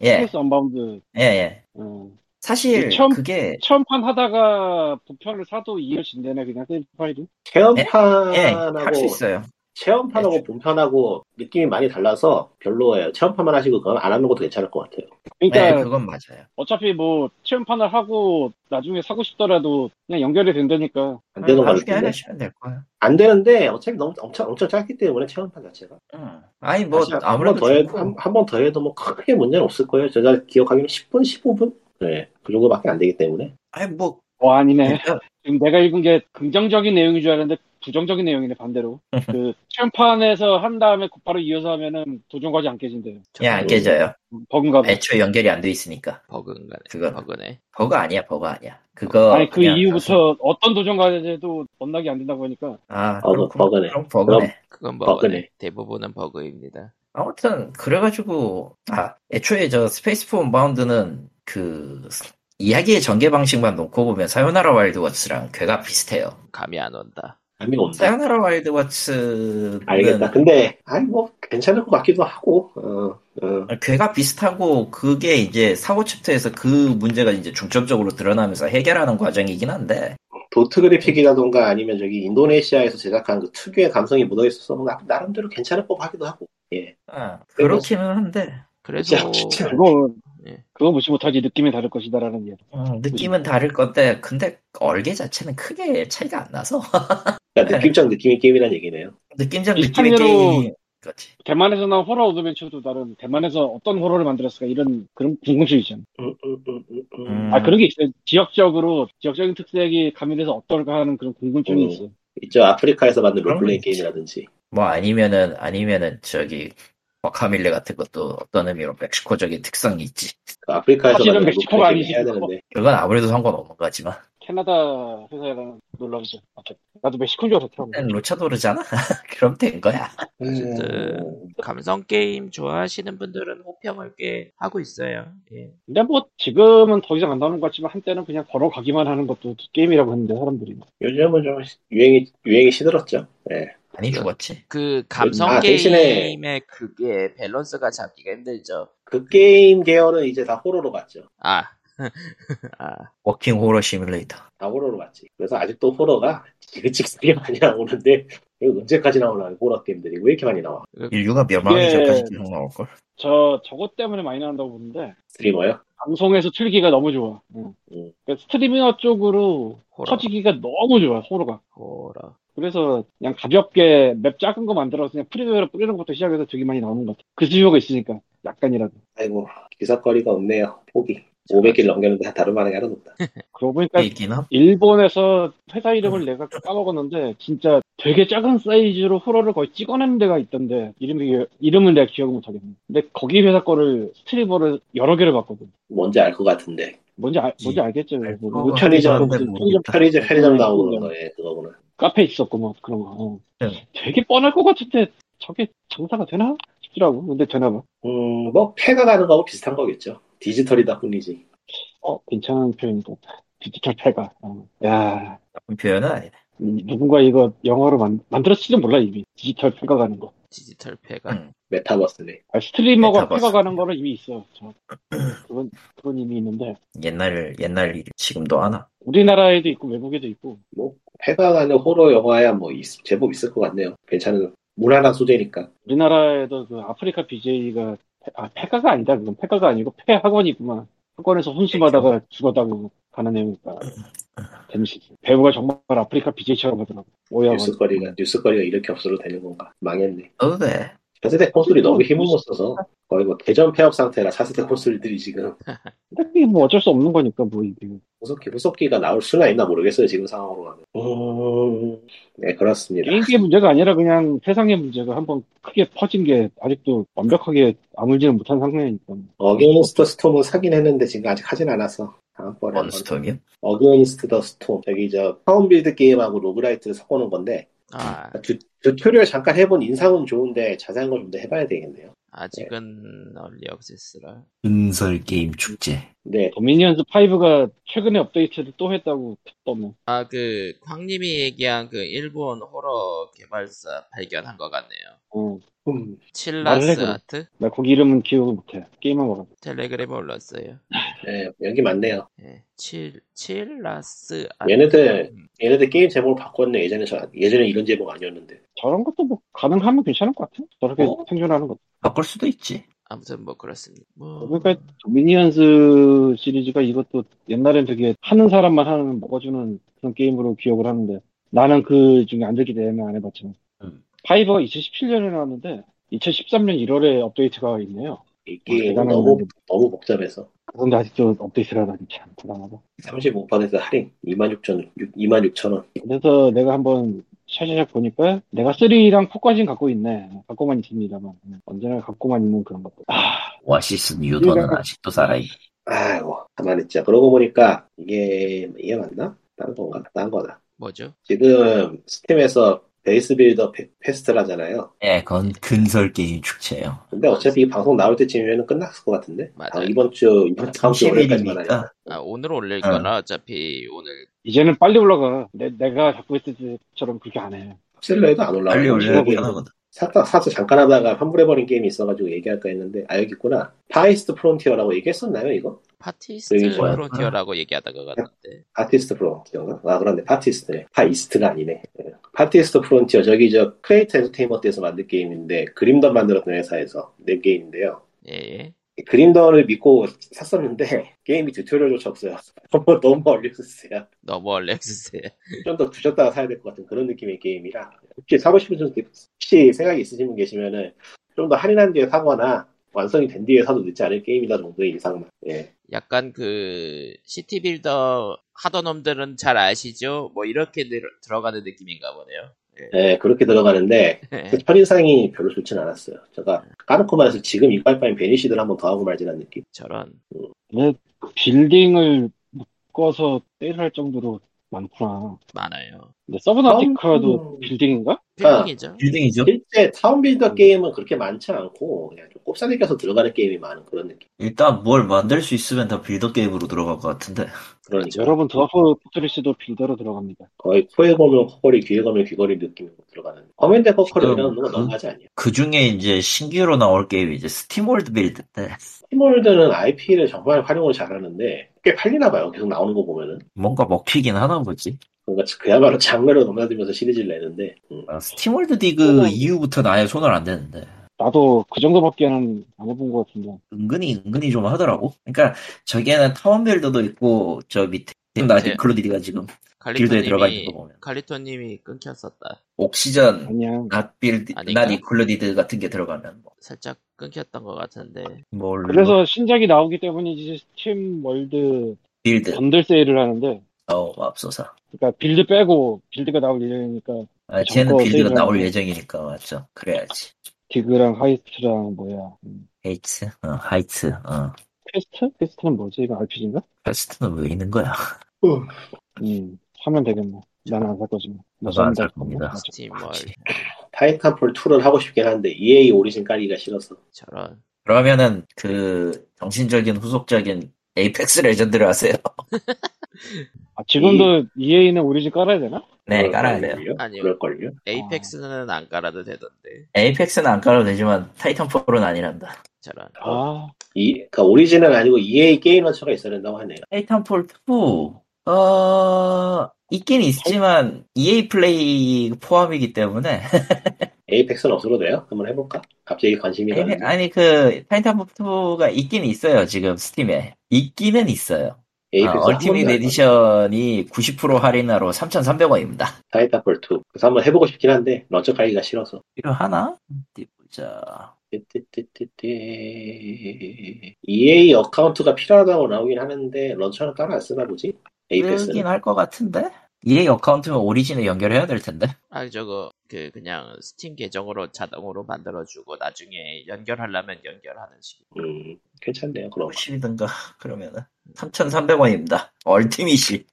예, 스페이스 언바운드. 예, 예. 음. 사실 처음- 그게 처음 판 하다가 부편을 사도 이어진대네 그냥 세이브 파일이. 예, 할 아, 체험판하고 뭐 수 있어요. 예. 체험판하고 본편하고 느낌이 많이 달라서 별로예요. 체험판만 하시고 그건 안 하는 것도 괜찮을 것 같아요. 그러니까 예, 그건 맞아요. 어차피 뭐 체험판을 하고 나중에 사고 싶더라도 그냥 연결이 된다니까. 안 되는 것 나중에 같은데. 하시면 될 거예요. 안 되는데 어차피 너무 엄청 엄청 짧기 때문에 체험판 자체가. 응. 아니 뭐 아무래도 좋고. 한번 더 해도 뭐 크게 문제는 없을 거예요. 제가 기억하기로 10분, 15분? 네, 그 정도밖에 안 되기 때문에. 아니 뭐 와 아니네. 그러니까 지금 내가 읽은 게 긍정적인 내용인 줄 알았는데 부정적인 내용이네 반대로. 그 체험판에서 한 다음에 곧바로 이어서 하면은 도전 과제 안 깨진대요. 그냥 안 깨져요. 뭐 버금가 봐. 애초에 연결이 안 돼 있으니까 버그인가네. 그건. 버그네. 버거 아니야 버거 아니야. 그거 아니 그 그냥 이후부터 어떤 도전 과제도 언락이 안 된다고 하니까 아뭐 어, 버그, 그렇구나. 버그네. 그럼 버그네. 그건 버그네. 버그네. 대부분은 버그입니다. 아무튼 그래가지고 아 애초에 저 스페이스 폰 바운드는 그 이야기의 전개 방식만 놓고 보면 사요나라 와일드 워츠랑 괴가 비슷해요. 감이 안 온다. 감이 온다. 사요나라 와일드 워츠는 알겠다. 근데 아니 뭐 괜찮을 것 같기도 하고. 어, 어. 괴가 비슷하고 그게 이제 사고 챕터에서 그 문제가 이제 중점적으로 드러나면서 해결하는 과정이긴 한데 도트 그래픽이라던가 아니면 저기 인도네시아에서 제작한 그 특유의 감성이 묻어 있어서 나- 나름대로 괜찮을 법 하기도 하고. 예. 아, 그렇기는 한데 그래서 진짜 진짜 그거 예. 그거 무시 못하지 느낌이 다를 것이다라는 이야기. 음, 느낌은 다를 건데 근데 얼개 자체는 크게 차이가 안 나서 그러니까 느낌적 느낌이 게임이란 얘기네요. 느낌상 비슷한 느낌의 예로- 게임이 그렇지. 대만에서 나온 호러 어드벤처도 다른 대만에서 어떤 호러를 만들었을까 이런 그런 궁금증이 있잖아. 음, 음, 음, 음, 음. 음. 아 그런 게 있어요. 지역적으로 지역적인 특색이 가미돼서 어떨까 하는 그런 궁금증이 음. 있어. 있죠. 아프리카에서 만든 그런 롤플레이 거 있지. 게임이라든지. 뭐 아니면은 아니면은 저기 버카밀레 같은 것도 어떤 의미로 멕시코적인 특성이 있지. 그 아프리카에서 사실은 만든 멕시코가 그렇게 해야 아니시고. 되는데 그건 아무래도 상관없는 거지만 캐나다 회사라는 놀라우죠. 나도 멕시코인 줄 알았더라고. 루차도르잖아. 그럼 된 거야. 음, 어쨌든. 감성 게임 좋아하시는 분들은 호평을 꽤 하고 있어요. 예. 근데 뭐 지금은 더 이상 안 나오는 것 같지만 한때는 그냥 걸어가기만 하는 것도 게임이라고 했는데 사람들이 요즘은 좀 유행이 유행이 시들었죠. 예. 많이 죽었지. 그 감성 아, 대신에- 게임의 그게 밸런스가 잡기가 힘들죠. 그 게임 계열은 이제 다 호러로 갔죠. 아, 아, 워킹 호러 시뮬레이터. 다 호러로 갔지. 그래서 아직도 호러가 지긋지긋하게 많이 나오는데 이거 언제까지 나오나 호러 게임들이 왜 이렇게 많이 나와? 인류가 멸망하기 예. 전까지 계속 나올 걸. 저 저것 때문에 많이 나온다고 보는데 스트리머요? 방송에서 틀기가 너무 좋아. 음. 그러니까 스트리밍어 쪽으로 호러, 터지기가 너무 좋아 호러가. 호러. 그래서 그냥 가볍게 맵 작은 거 만들어서 그냥 프리웨어로 뿌리는 것부터 시작해서 되게 많이 나오는 것 같아. 그 수요가 있으니까 약간이라도. 아이고 기사거리가 없네요. 포기. 500일 넘겼는데 다 다른 말은 하나도 없다. 그 그러고 보니까 있긴 함. 일본에서 회사 음. 이름을 내가 까먹었는데 진짜 되게 작은 사이즈로 호러를 거의 찍어낸 데가 있던데 이름이 이름은 내가 기억을 못하겠네. 근데 거기 회사 거를 스트리머를 여러 개를 봤거든. 뭔지 알 것 같은데. 뭔지 알, 뭔지 예. 알겠죠. 알 뭐, 거 뭐 편의점, 같은데 편의점 모르겠다. 편의점 편의점 음, 나오는 음. 거예 그거구나. 카페 있었고 막 그런 거. 어. 네. 되게 뻔할 것 같은데 저게 장사가 되나 싶더라고. 근데 되나 봐. 음뭐 패가 가는 거하고 비슷한 거겠죠. 디지털이다 뿐이지. 어 괜찮은 표현이다. 디지털 패가. 어. 야 나쁜 표현은 아니네. 이- 누군가 이거 영어로 만, 만들었을지도 몰라 이미 디지털 패가 가는 거. 디지털 패가 음. 메타버스네. 아, 스트리머가 메타버스. 패가 가는 거는 이미 있어. 저- 그건 그건 이미 있는데 옛날 옛날 일 지금도 하나. 우리나라에도 있고 외국에도 있고 패가 가는 호러 영화야 뭐 있- 제법 있을 것 같네요. 괜찮은 무난한 소재니까. 우리나라에도 그 아프리카 BJ가 아 패가가 아니다 그건 패가가 아니고 패 학원이구만 학원에서 혼수받아가 죽어다고 가는 내용이니까 재밌지 배우가 정말 아프리카 BJ처럼 하더라고 오야원 뉴스거리가 뉴스거리가 이렇게 없어도 되는 건가? 망했네. 어도 돼. 차세대 콘솔이 음. 너무 힘을 못 써서 거의 뭐 대전 폐업 상태라 차세대 콘솔들이 지금 근데 뭐 어쩔 수 없는 거니까 뭐 이게 후속기 후속기가 나올 수나 있나 모르겠어요 지금 상황으로 가면. 어. 음, 네 그렇습니다. 게임기의 문제가 아니라 그냥 세상의 문제가 한번 크게 퍼진 게 아직도 완벽하게 아물지는 못한 상황이니까 어게인스터 스톰은 사긴 했는데 지금 아직 하진 않아서 다음번에 한번. 원스톰이요? 어게인스트 더 스톰 저기 저 파운빌드 게임하고 로그라이트를 섞어놓은 건데 아, 튜- 튜토리얼 잠깐 해본 인상은 좋은데 자세한 걸 좀 더 해봐야 되겠네요. 아직은 얼리 억세스라. 은설 게임 축제. 네, 도미니언스 5가 최근에 업데이트를 또 했다고 떠네 아, 그 광님이 얘기한 그 일본 호러 개발사 발견한 것 같네요. 어, 음, 칠라스 말레그로. 아트 나 거기 이름은 기억을 못해 게임만 먹어 텔레그램에 올랐어요. 네, 여기 맞네요. 예, 칠 칠라스 아트. 얘네들 음, 얘네들 게임 제목을 바꿨네. 예전에 저 예전에 이런 제목 아니었는데. 저런 것도 뭐 가능하면 괜찮을 것 같아 저렇게 어? 생존하는 것도 바꿀 수도 있지. 아무튼 뭐 그렇습니다. 뭐 그러니까 도미니언스 시리즈가 이것도 옛날엔 되게 하는 사람만 하는 먹어주는 그런 게임으로 기억을 하는데 나는 그 중에 안 들기 때문에 안 해봤지만 음. 파이버가 2017년에 나왔는데 2013년 1월에 업데이트가 있네요 뭐 이 게임 어, 대단한 예, 너무 건데. 너무 복잡해서 그런데 아직도 업데이트를 하다니 참 대단하다 35%에서 할인 26,000 26,000원. 그래서 내가 한번 샤샤샥 보니까 내가 3랑 4까지는 갖고 있네. 갖고만 있습니다만. 음, 언제나 갖고만 있는 그런 것들. 아, 오아시스 네. 유도는 우리가- 아직도 살아있. 아이고 가만히 있자. 그러고 보니까 이게 이게 맞나? 다른 건가? 다른 거다. 뭐죠? 지금 스팀에서 베이스 빌더 페- 페스트라잖아요. 예, 그건 근설 게임 축제예요. 근데 어차피 이 방송 나올 때쯤이면 끝났을 것 같은데. 맞아요. 아, 이번 주 이번 다음 주 30일 월요일까지만 이니까. 하니까. 아, 오늘 음. 올릴 어. 거라 어차피 오늘 이제는 빨리 올라가. 내, 내가 갖고 있을 때처럼 그렇게 안 해. 셀러에도 안 올라와. 빨리 올려야 지목이 편하거든. 샀다 사서 잠깐 하다가 환불해버린 게임이 있어가지고 얘기할까 했는데 아 여기 있구나. 파이스트 프론티어라고 얘기했었나요 이거? 파티스트 여기 뭐야? 프론티어라고 얘기하다가 갔는데 파티스트 프론티어인가? 아 그런데 파티스트네. 파이스트가 아니네. 예. 파티스트 프론티어 저기 저 크레이트 엔터테인먼트에서 만든 게임인데 그림던 만들었던 회사에서 낸 게임인데요. 예, 예. 그림던을 믿고 샀었는데 게임이 튜토리얼조차 없어요. 너무 너무 어려웠어요. 너무 얼리 억세스예요. 좀 더 두셨다가 사야 될 것 같은 그런 느낌의 게임이라 혹시 사고 싶은 분 혹시 생각이 있으신 분 계시면은 좀 더 할인한 뒤에 사거나 완성이 된 뒤에 사도 늦지 않을 게임이다 정도의 인상만 예. 약간 그 시티 빌더 하던 놈들은 잘 아시죠? 뭐 이렇게 늘- 들어가는 느낌인가 보네요. 예, 그렇게 들어가는데 예. 그 첫인상이 별로 좋진 않았어요. 제가 까놓고 말해서 지금 이거 할 바엔 베니시드를 한번 더 하고 말지란 느낌. 저런. 왜 빌딩을 묶어서 때를 할 정도로 많구나. 많아요. 근데 서브나티카도 음. 빌딩인가? 아. 빌딩이죠. 빌딩이죠? 실제 음. 타운빌더 게임은 그렇게 많지 않고 그냥 좀 곱살이 껴서 들어가는 게임이 많은 그런 느낌. 일단 뭘 만들 수 있으면 다 빌더 게임으로 들어갈 것 같은데. 그러니까 여러분 드워프 포트리스도 빌더로 들어갑니다. 거의 코에 걸면 코걸이, 귀에 걸면 귀걸이 느낌으로 들어가는. 커맨드 코걸이 이런 건 그- 너무 하지 않냐. 그 중에 이제 신규로 나올 게임이 이제 스팀월드 네. 빌드인데, 팀월드는 IP를 정말 활용을 잘하는데 꽤 팔리나 봐요. 계속 나오는 거 보면은. 뭔가 먹히긴 하나 보지. 뭔가 그야말로 장르로 넘나들면서 시리즈를 내는데. 음. 아, 스팀월드 어, 디그 네. 이후부터는 아예 손을 안 대는데. 나도 그 정도밖에는 안 해본 것 같은데. 은근히 은근히 좀 하더라고. 그러니까 저기에는 타운빌더도 있고 저 밑에 나 네. 지금 글로디가 지금 빌더에 들어가 있는 갈리토님이 거 보면 갈리토님이 끊겼었다. 옥시전 아니야. 낫 빌드 아닌가? 낫 이클로디드 같은 게 들어가면 뭐, 살짝 끊겼던 것 같은데. 뭘 그래서 신작이 나오기 때문이지 스팀 월드 빌드 번들 세일을 하는데 어 맙소사. 그러니까 빌드 빼고 빌드가 나올 예정이니까 아, 쟤는 정보 빌드가 세일을 나올 하면. 예정이니까 맞죠. 그래야지. 디그랑 하이스트랑 뭐야 음, 헤이츠, 어, 하이츠, 어. 퀘스트? 퀘스트는 뭐지? 이거 RPG인가? 패스트는 왜 있는 거야? 음 사면 되겠네 나는 안 살 거지만 나 아, 저도 안살 사면 될 겁니다. 거고. 스팀월 그렇지. 타이탄폴 2를 하고 싶긴 한데 EA 오리진 깔기가 싫어서. 저런. 그러면은 그 정신적인 후속적인 에이펙스 레전드를 하세요. 아, 지금도 EA는 우리 집 깔아야 되나? 네, 그럴 깔아야 돼요. 걸걸요? 아니요. 그럴걸요? 에이펙스는 안 깔아도 되던데. 에이펙스는 안 깔아도 되지만 타이탄 4는 아니란다. 저런. 어. 아 이, 그러니까 오리진은 아니고 EA 게임 러처가 있어야 된다고 하네요. 타이탄 4, 어, 있긴 있지만 EA 플레이 포함이기 때문에 에이펙스는 없어도 돼요? 한번 해볼까? 갑자기 관심이 아니, 가는데. 아니 그 타이탄 4가 있긴 있어요 지금 스팀에 있기는 있어요. 아, 에이펙스 얼티밋 에디션이 90% 할인하로 3,300원입니다. 타이탄폴 2. 그래서 한번 해보고 싶긴 한데 러처 깔기가 싫어서. 필요하나? 어디 보자. 띠띠띠띠띠. EA 어카운트가 필요하다고 나오긴 하는데 런처는 따로 안 쓰나 보지? 에이펙스는 쓰긴 할 것 같은데? EA 어카운트면 오리진에 연결해야 될 텐데. 아 저거 그 그냥 스팀 계정으로 자동으로 만들어주고 나중에 연결하려면 연결하는 식. 음, 괜찮네요 그럼 50이든가 그러면은 3,300원입니다. 얼티밋이.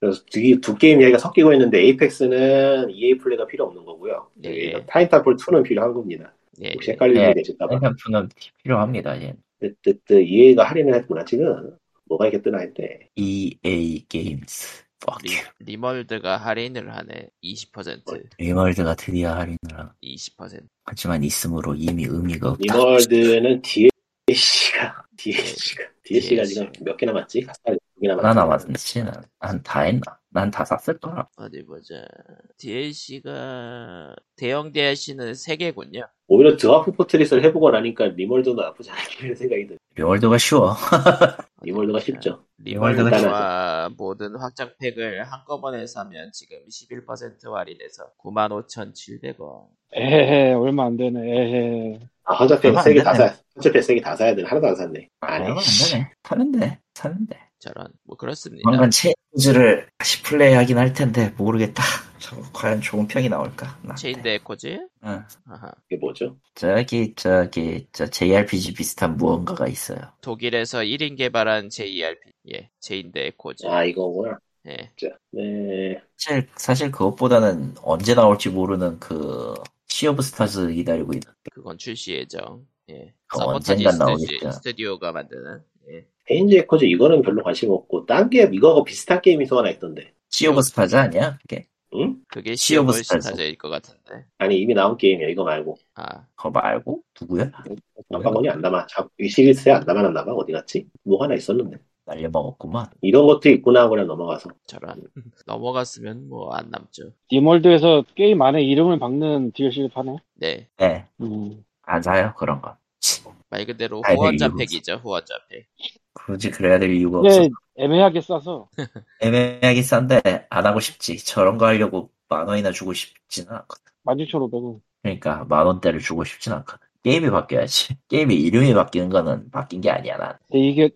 그래서 두, 두 게임 이야기가 섞이고 있는데 에이펙스는 EA 플레이가 필요 없는 거고요 예, 예, 예. 타이탄폴 2는 필요한 겁니다 예. 혹시 헷갈리는 예. 게 있을까봐 상품은 필요합니다. 예. 뜨뜨뜨 EA가 그, 할인을 했구나 지금 뭐가 이렇게 뜨나 했대 EA 리, 게임스. fuck you. 리멀드가 할인을 하네. 20%. 리멀드가 드디어 할인을 하는. 20%. 하지만 있으므로 이미 의미가 없다. 리월드는 DLC가 DLC가 DLC가 지금 몇 개나 맞지? 가스파리 두 개나 하나 맞지? 남았는지 난다 했나? 난 다 샀을 거라. 어디 보자. DLC가 대형 DLC는 3개군요. 오히려 드와프 포트리스를 해보고 나니까 리월드도 나쁘지 않겠는 생각이 드네 리월드가 쉬워. 아, 리월드가 네. 쉽죠 리월드가 리월드와 모든 확장팩을 한꺼번에 사면 지금 11% 할인해서 95,700원. 에헤 얼마 안 되네 에헤 아, 한자팩 얼마 안 세개다 되네. 사, 한자팩 세개다 사야 되는 하나도 안 샀네. 아니, 얼마 안 씨. 되네. 사는데 사는데. 저런 뭐 그렇습니다. 조만간 체인지를 다시 플레이하긴 할 텐데 모르겠다. 저거 과연 좋은 평이 나올까? 나한테. 체인드 에코지? 응. 아하. 이게 뭐죠? 저기 저기 저 JRPG 비슷한 무언가가 있어요. 독일에서 1인 개발한 JERP. 예. 체인드 에코지. 아, 이거구나. 예. 자, 네. 사실 사실 그것보다는 언제 나올지 모르는 그 시어브 스타즈 기다리고 있는. 그건 출시 예정. 예. 어, 사보타지 언젠간 스튜디, 나오겠죠. 스튜디오가 만드는. 예. 페인지 에코즈 이거는 별로 관심 없고, 딴 게, 이거하고 비슷한 게임이 또 하나 있던데. 시어브 스타즈 아니야? 그게 응? 그게 시 오브 시오브 스타즈. 스타즈일 것 같은데. 아니, 이미 나온 게임이야, 이거 말고. 아, 그거 말고 누구야? 안방건이 안 남아. 자, 이 시리즈에 안 남아놨나 봐. 어디 갔지? 뭐 하나 있었는데. 날려먹었구만. 이런 것도 있구나 하고 그냥 넘어가서. 저런. 넘어갔으면 뭐 안 남죠. 디몰드에서 게임 안에 이름을 박는 DLC를 파네 네. 네, 음 안 사요 그런 거. 말 그대로 아니, 후원자팩이죠, 후원자팩. 굳이 그래야 될 이유가 없어. 근데 애매하게 싸서 애매하게 싼데 안 하고 싶지. 저런 거 하려고 만 원이나 주고 싶지는 않거든. 16,500원 그러니까 만 원대를 주고 싶진 않거든. 게임이 바뀌어야지. 게임이 이름이 바뀌는 거는 바뀐 게 아니야 난. 근데 이게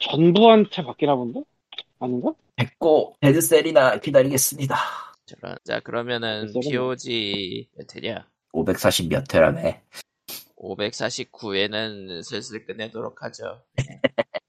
전부한테 바뀌나 본데? 아닌가? 됐고 데드셀이나 기다리겠습니다. 저런. 자, 그러면은 글쎄요. POG 몇 회냐? 540 몇 회라네. 549회는 슬슬 끝내도록 하죠.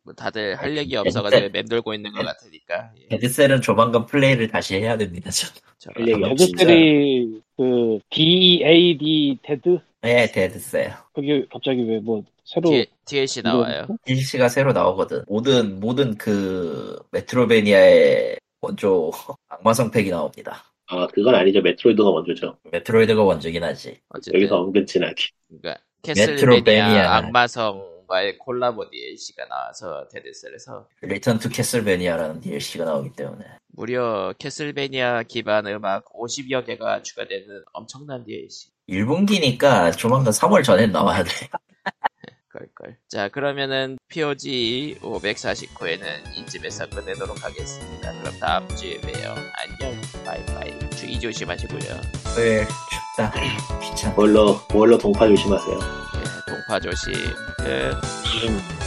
뭐 다들 할 네. 얘기 없어가지고 맴돌고 있는 것 같으니까. 예, 데드셀은 조만간 플레이를 다시 해야 됩니다. 저. 저런. 할그 얘기 없이 데드셀이 그 DAD 데드 네, 데드셀. 그게 갑자기 왜 뭐 새로 D- DLC 나와요. DLC가 새로 나오거든. 모든 모든 그 메트로베니아의 원조 악마성 팩이 나옵니다. 아 그건 아니죠 메트로이드가 먼저죠 메트로이드가 원조긴 하지. 어쨌든 여기서 은근친하게 그러니까 메트로베니아. 캐슬베니아 악마성과의 콜라보 DLC가 나와서 데드셀에서 리턴 투 캐슬베니아라는 DLC가 나오기 때문에 무려 캐슬베니아 기반 음악 50여 개가 추가되는 엄청난 DLC. 1분기니까 조만간 3월 전에 나와야 돼. 걸걸. 자 그러면은 POG 549회는 이쯤에서 끝내도록 하겠습니다. 그럼 다음 주에 봬요. 안녕. 바이바이. 주의 조심하시고요. 예, 토요일 춥다. 귀찮다. 월로 월로 동파 조심하세요 예, 동파 조심. 끝. 음.